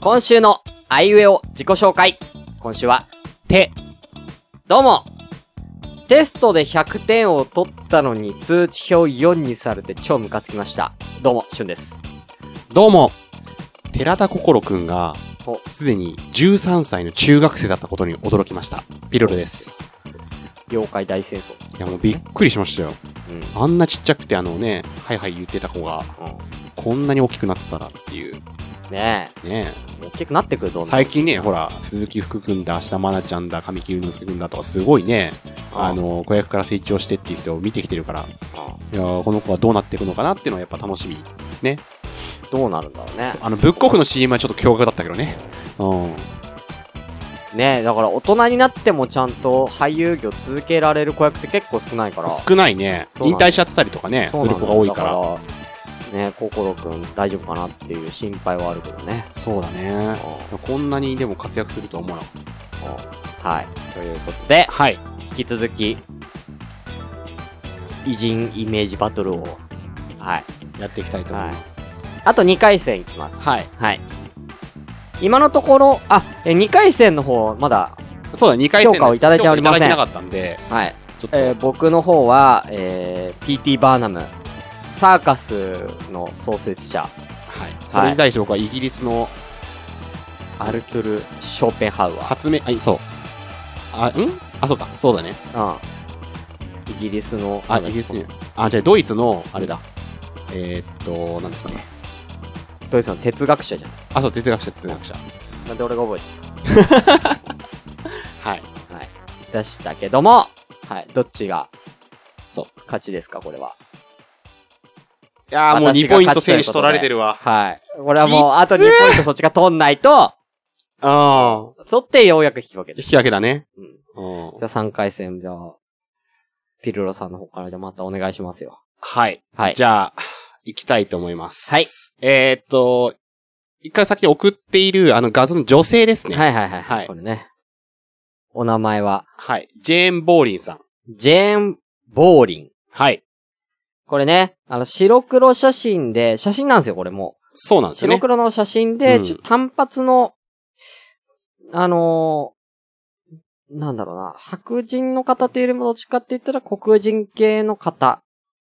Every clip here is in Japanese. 今週のあいうえを自己紹介。今週は、て。どうもテストで100点を取ったのに通知表4にされて超ムカつきました。どうも、しゅんです。どうも寺田心くんがお、すでに13歳の中学生だったことに驚きました。ピロルです。妖怪大戦争。いや、もうびっくりしましたよ。うん。あんなちっちゃくてあのね、はいはい言ってた子が、こんなに大きくなってたらっていう。ねねえ。大きくなってくるどんどん最近ね、ほら、鈴木福くんだ、明日愛菜ちゃんだ、神木隆之介くんだとか、すごいね、ああの、子役から成長してっていう人を見てきてるから、あいやーこの子はどうなっていくのかなっていうのはやっぱ楽しみですね。どうなるんだろうね。あの、ブックオフの CM はちょっと驚愕だったけどね。うん。ねえ、だから大人になってもちゃんと俳優業続けられる子役って結構少ないから。少ないね。そう引なんだ退しちゃってたりとかね、すそうなるん子だが多いかだら。からねえ、心くん大丈夫かなっていう心配はあるけどね。そうだうねん。こんなにでも活躍するとは思わなかっはい。ということでた。、はい。引き続き、偉人イメージバトルを、はい。やっていきたいと思います。あと2回戦いきます。はい。はい。今のところ、あ、え、2回戦の方、まだ、そうだ、2回戦の評価をいただいておりません評価いただいてなかったんで、はい。ちょっと、えー僕の方は、えー PT バーナム、サーカスの創設者、はい。それに対して僕はイギリスのアルトゥル・ショーペンハウア発明、あ、そう。あ、んあ、そうか。そうだね。ー。うん。イギリスの、あ、なんだイギリスに。あ、じゃあドイツの、あれだ。えーっと、なんだっけ。ドイツの哲学者じゃん。あ、そう、哲学者、哲学者。なんで俺が覚えてはい。るはい。出したけども、はい。どっちが、そう。勝ちですか、これは。いやーもう私2がポイント勝ちということで選手取られてるわ。はい。これはもう、きつあと2ポイントそっちが取んないと、ああ。そってようやく引き分けで引す。き分けだね。うんうんじゃあ3回戦、じゃあ、ピルロさんの方からじゃあまたお願いしますよ。はい。はい。じゃあ、行きたいと思います。はい。えーっと、一回先送っている、あの画像の女性ですね。。はいいはいはい。はいこれね。お名前は、はい。ジェーン・ボーリンさん。ジェーン・ボーリン。はい。これね、あの、白黒写真で、写真なんですよ、これもそうなんう。ですよね。白黒の写真で、うんちょっと単発の、あのーなんだろうな、白人の方というよりもどっちかって言ったら黒人系の方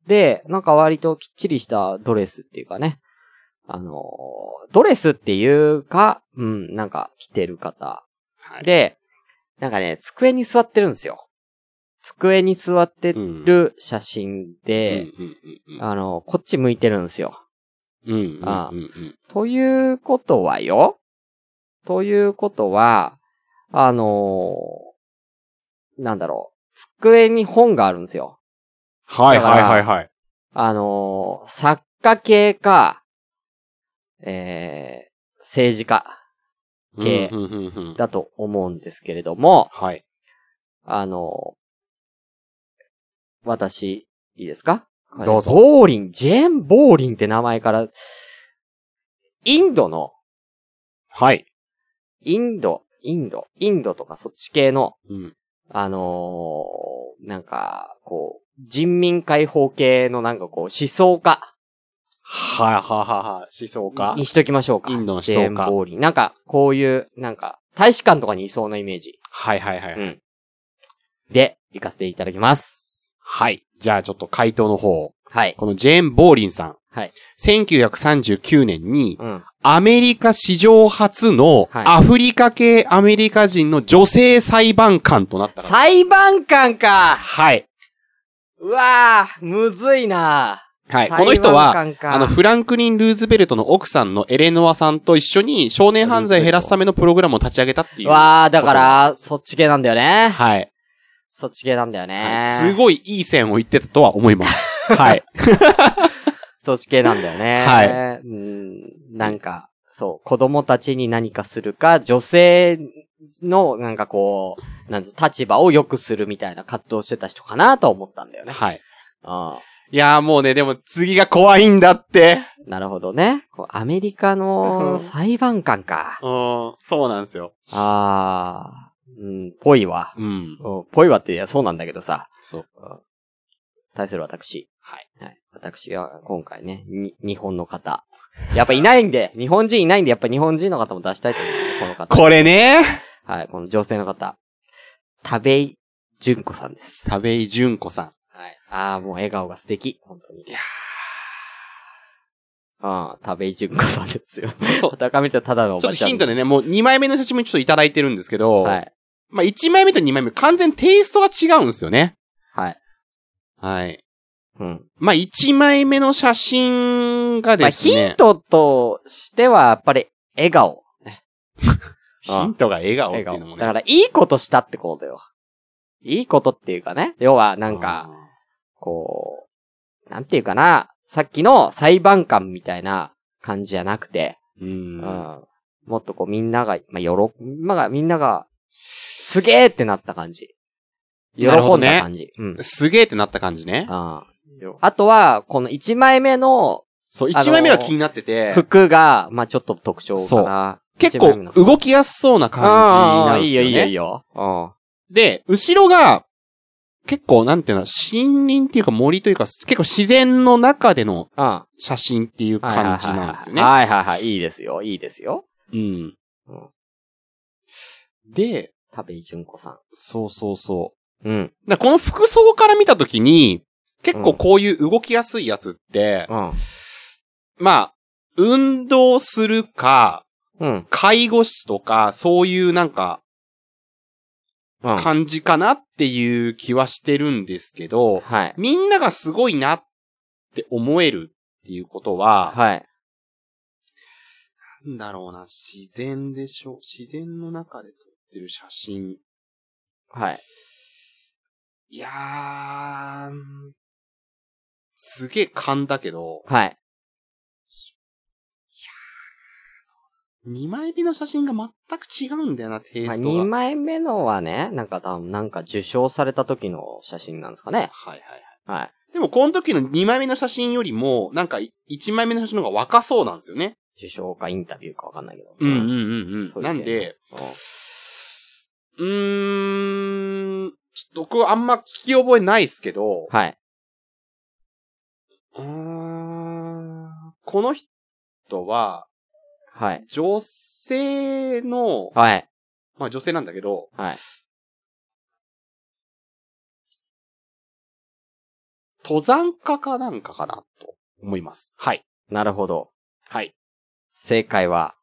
で、なんか割ときっちりしたドレスっていうかね、あのードレスっていうか、うん、なんか着てる方はい、で、なんかね、机に座ってるんですよ。机に座ってうん、る写真で、うんうんあの、こっち向いてるんですよ。うんうん。うんうんあうんうん。ということはよ。ということは、あのーなんだろう。机に本があるんですよ。はいだかはいらはいはい。あのー作家系か、えー、政治家系うんうんうんうんだと思うんですけれども、はい。あのー私、いいですかどうぞボーリン、ジェーン・ボーリンって名前から、インドの、はい。インド、インド、インドとかそっち系の、うん。あのーなんか、こう、人民解放系のなんかこう、思想家はいはいはいはい。思想家にしときましょうか。インドの思想ジ家ェーン・ボーリン。なんか、こういう、なんか、大使館とかにいそうなイメージ。はいはいはい。うん。で、行かせていただきます。はい。じゃあちょっと回答の方を。はい。このジェーン・ボーリンさん。はい。 1939年に、うん。アメリカ史上初のはいアフリカ系アメリカ人の女性裁判官となったから。裁判官かはい。うわぁ、むずいなはい。この人裁判は、官かあの、フランクリン・ルーズベルトの奥さんのエレノアさんと一緒に少年犯罪を減らすためのプログラムを立ち上げたっていう。はわぁ、だから、そっち系なんだよねい。。はいそっち系なんだよね。すごいいい線を言ってたとは思います。はい。そっち系なんだよね。はいうん。なんか、そう、子供たちに何かするか、女性の、なんかこう、なんつう立場を良くするみたいな活動してた人かなと思ったんだよね。はい。あいやーもうね、でも次が怖いんだって。あなるほどね。こうアメリカの裁判官か。うん、そうなんですよ。ああ、うん、ぽいわ。うん。うんぽいわって、いや、そうなんだけどさ。そう。対する私。はい。はい。私は今回ね、に、日本の方。やっぱいないんで、日本人いないんで、やっぱ日本人の方も出したいと思います、この方。これねはい、この女性の方。田部井純子さんです。田部井純子さん。はい。ああ、もう笑顔が素敵、本当に。いやああ、田部井純子さんですよ。そう高見たただのおちょばっとちゃん。ヒントで。でね、もう2枚目の写真もちょっといただいてるんですけど、はい。まあ1枚目と2枚目、完全テイストが違うんですよね。はい。はい。うん。まあ1枚目の写真がまあ、ですね。ヒントとしては、やっぱり、笑顔。あヒントが笑顔ってい笑うの顔。もね。だから、いいことしたってことよ。いいことっていうかね。要は、なんか、こう、なんていうかな、さっきの裁判官みたいな感じじゃなくて、うん、ううん。ん。もっとこう、みんなが、まあ、よろ、まあ、みんなが、すげーってなった感じ。喜んなるほどねだ感じ。うん。すげえってなった感じね。ああとは、この1枚目のそう、あのー1枚目が気になってて、服が、まあちょっと特徴そかうな。結一枚目構の動きやすそうな感じなんですよね。いいよいいよいいよ。で、後ろが、結構、なんていうの、森林っていうか森というか、結構自然の中でのうん。うん。写真っていう感じなんですよね。はいはいはい。いいですよ。いいですよ。うんうん。で、田部井純子さそうそうそん。うん。う。だからこの服装から見たときに、結構こういう動きやすいやつって、うん。まあ、運動するか、うん。介護士とか、そういうなんか、うん。感じかなっていう気はしてるんですけど、はい。みんながすごいなって思えるっていうことは、はい。なんだろうな、自然でしょ自然の中で撮ってる写真。はい。いやー、うんすげえ勘だけど、はい。 2枚目の写真が全く違うんだよな、テイまあ、ストが。 2枚目のはね、なんか多分、なんか受賞された時の写真なんですかね。はいはいはい。はい。でもこの時の2枚目の写真よりも、なんか1枚目の写真の方が若そうなんですよね。受賞かインタビューかわかんないけど。うんうんうん。うんうそん。ういうな系んで、うんうーん、ちょっと僕はあんま聞き覚えないですけど、はい。うーんこの人は、はい。女性の、はい。まあ女性なんだけど、はい。登山家かなんかかなと思います。はい。なるほど。はい。正解は、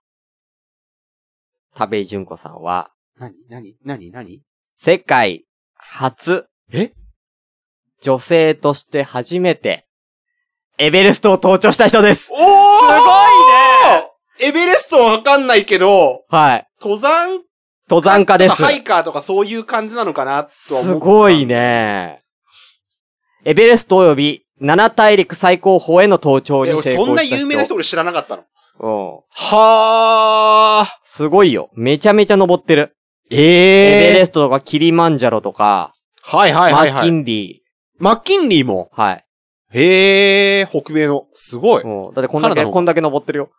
田部井純子さんは、なになになになに世界初。え女性として初めて、エベレストを登頂した人ですおーすごいねエベレストはわかんないけど、はい。登山登山家です。ハイカーとかそういう感じなのかなとは思っすたごい。ね。エベレスト及び七大陸最高峰への登頂えに俺成そん功なした人。有名な人俺知らなかったの。うん。はあ。すごいよ。めちゃめちゃ登ってる。エベええレストとかキリマンジャロとか、はいはいはいマはッい。キンリマッキンリーも。ー。はい。へえ、北米の。すごい。うんだってこんだカナダけ、のこんだけ登ってるよ。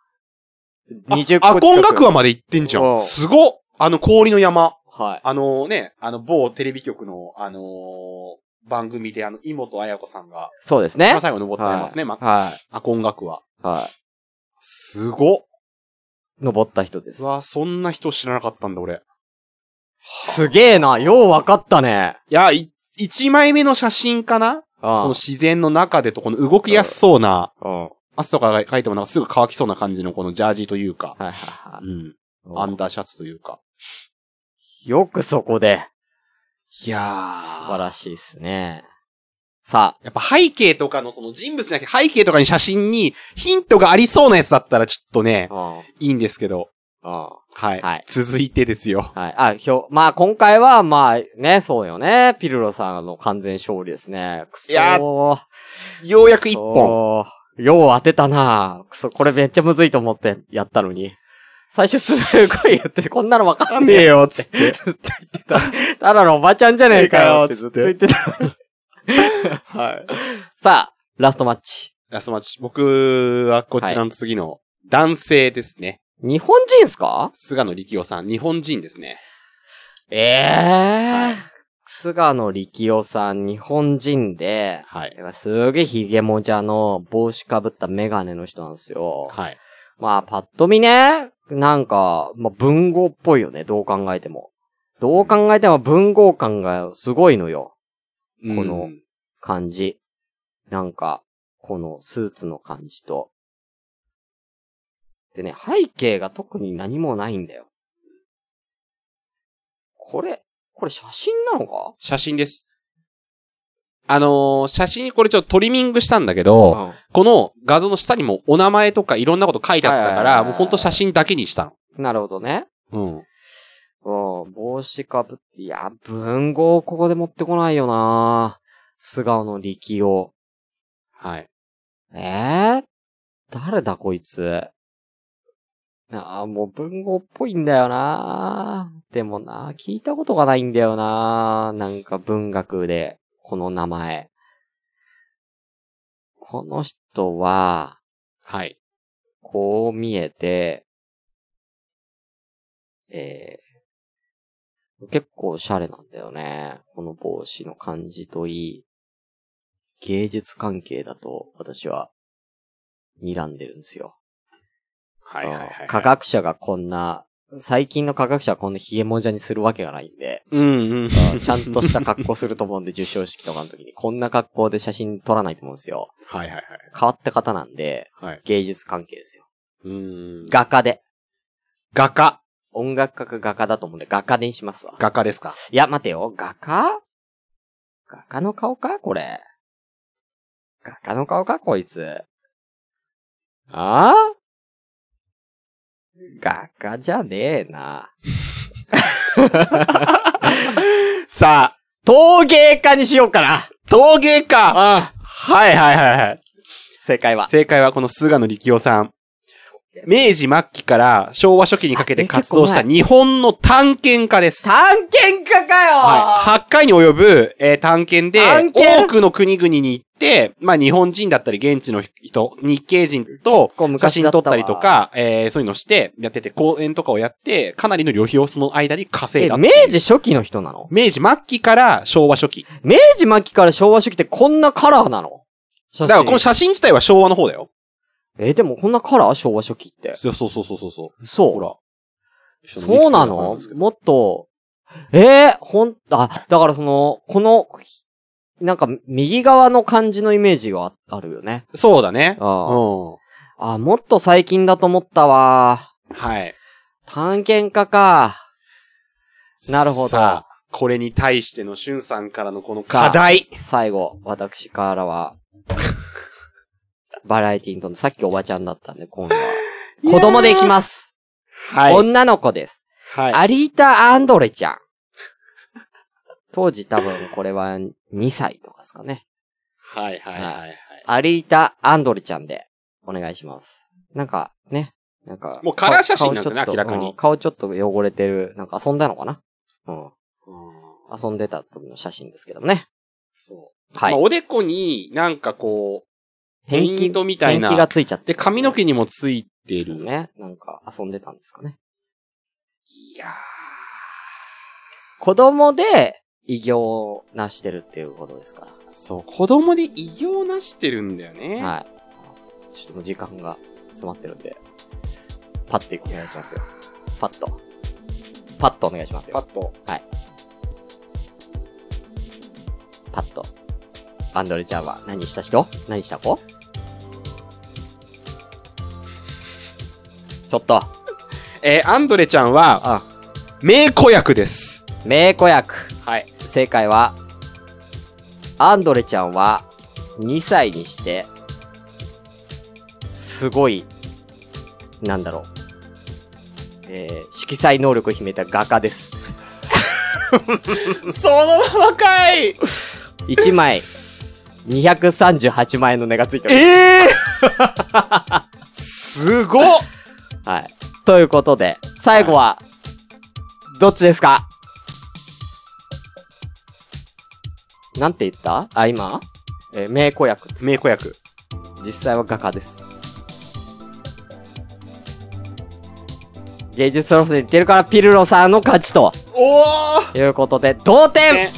あ20個近く。アコンガクアまで行ってんじゃ。うんんすごっあの氷の山。はい。あのね、あの某テレビ局の、あのー番組であの、妹彩子さんが、そうですねまあ。最後登ってありますね、まはアコンガクア。い。はい。すごっ登った人ですう。わ、そんな人知らなかったんだ、俺。すげえな、ようわかったね。いや、い一枚目の写真かなこのあ自然の中でと、この動きやすそうな、あ。うん。は汗とかが書いてもなんかすぐ乾きそうな感じのこのジャージというか、いはいはうん。い。アンダーシャツというか。よくそこで。いや素晴らしいですね。さやっぱ背景とかのその人物じゃなくて背景とかに写真にヒントがありそうなやつだったらちょっとねあ。、うん。うん。いいんですけど。ははい。はい続いてですよ。い。あ、ひょ、まあ今回は、まあね、そうよね。ピルロさんの完全勝利ですね。くそー。いやようやく一本。本。よう当てたなくそ、これめっちゃむずいと思ってやったのに。最初すごい言ってて、こんなのわかんねえよよ、つって。ずっと言ってた。ただのおばちゃんじゃねえかよってずっと言ってた。 はい。さあ、ラストマッチ。ラストマッチ。僕はこちらの次の男性ですね。日本人っすか菅野力夫さん、日本人ですね。ええー。菅野力夫さん、日本人で、はい。すげえヒゲもじゃの帽子かぶったメガネの人なんですよ。はい。まあ、パッと見ね、なんか、まあ、文豪っぽいよね、どう考えても。どう考えても文豪感がすごいのよ、うんこの、感じ。なんか、このスーツの感じと。でね、背景が特に何もないんだよ。これ、これ写真なのか写真です。あのー写真、これちょっとトリミングしたんだけど、うんこの画像の下にもお名前とかいろんなこと書いてあったはかいはいはいはら、いもうほんと写真だけにしたなるほどね。の。うん、帽子かぶって、いや、文豪ここで持ってこないよな素顔の力を。うん。はい。えー、誰だこいつ。ああ、もう文豪っぽいんだよなでもな聞いたことがないんだよななんか文学で、この名前。この人は、はい。こう見えて、えー、結構おしゃれなんだよね。この帽子の感じといい。芸術関係だと私は睨んでるんですよ。はいはいはあい。の科学者がこんな、最近の科学者はこんなヒゲもじゃにするわけがないんで、うんうん。あ ちゃんとした格好すると思うんで、授賞式とかの時にこんな格好で写真撮らないと思うんですよ。はいはいはい。変わった方なんで、はい。芸術関係ですよ。うん。画家で。画家。音楽家か画家だと思うんで、画家でにしますわ。画家ですか。いや、待てよ、画家画家の顔かこれ。画家の顔かこいつ。ああ画家じゃねえな。さあ、陶芸家にしようかな陶芸家あはいはいはいはい。正解は。 正解はこの菅野力夫さん。明治末期から昭和初期にかけて活動した日本の探検家です。探検家かよ、はい。8回に及ぶ、えー探検で探検多くの国々に行って、まあ日本人だったり現地の人、日系人とこう昔写真撮ったりだとわ。か、えーそういうのして、やってて、講演とかをやって、かなりの旅費をその間に稼いえ、だ。明治初期の人なの明治末期から昭和初期。明治末期から昭和初期ってこんなカラーなの写真だからこの写真自体は昭和の方だよ。え、でもこんなカラー昭和初期って。そうそうそうそうそう。そう。ほら。そうなのもっと、ええほん、あ、だからその、この、なんか、右側の感じのイメージがああるよね。そうだね。うん。あはああ、もっと最近だと思ったわ。い。探検家か。なるほどさあ、これに対してのしゅんさんからのこのさあ課題。最後、私から は、バラエティにとんで、さっきおばちゃんだったんで、今度は。いやー子供でいきます。はい。女の子です。はい。アリータ・アンドレちゃん。当時多分これは2歳とかですかね。はいはいはいはい。アリータ・アンドレちゃんで、お願いします。なんか、ね。なんか。もうカラー写真なんですよね顔明らかにうん顔ちょっと汚れてる。なんか遊んだのかなうん。うん遊んでた時の写真ですけどもね。そう。はいまあ、おでこになんかこう、ペイントみたいペンキがな。ついちゃって、で、髪の毛にもついてそうる。ね。なんか遊んでたんですかね。いや子供で異業をなしてるっていうことですかーそう、子供で異業なしてるんだよね。ら。はい。ちょっともう時間が詰まってるんで、パッとお願いしますよ。パッと。パッとお願いしますパよ。ッと。パッと。アンドレちゃんは何した人何した子ちょっと、えーアンドレちゃんは、あ、名子役です。名子役。はい。正解は、アンドレちゃんは2歳にして、すごい、なんだろう。えー、色彩能力を秘めた画家です。そのままかい1枚、238万円の値がついておりますええ すごっはい。ということで、最後は、どっちですかなんて言ったあ、今えー 名子役っつ名子役。実際は画家です。芸術ソロスに似てるからピルロさんの勝ちとおーいうことで、同点ね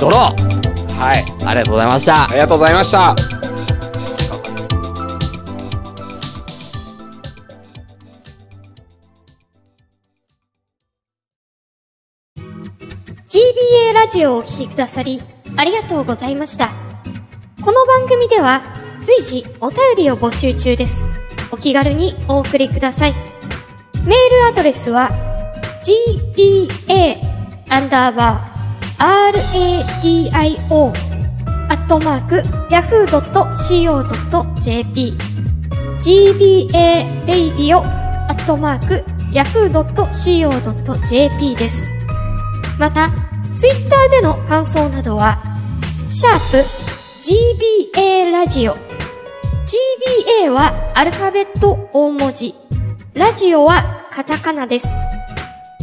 ドローはい。ありがとうございましたあ。りがとうございました。 GBA ラジオをお聴きくださり、ありがとうございました。この番組では、随時お便りを募集中です。お気軽にお送りください。メールアドレスは、gba, アンダーバー、radio, アットマーク、yahoo.co.jp gba, radio, アットマーク、yahoo.co.jp です。また、ツイッターでの感想などは、シャープ GBA ラジオ。GBA はアルファベット大文字。ラジオはカタカナです。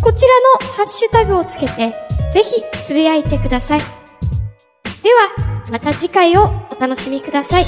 こちらのハッシュタグをつけて、ぜひつぶやいてください。では、また次回をお楽しみください。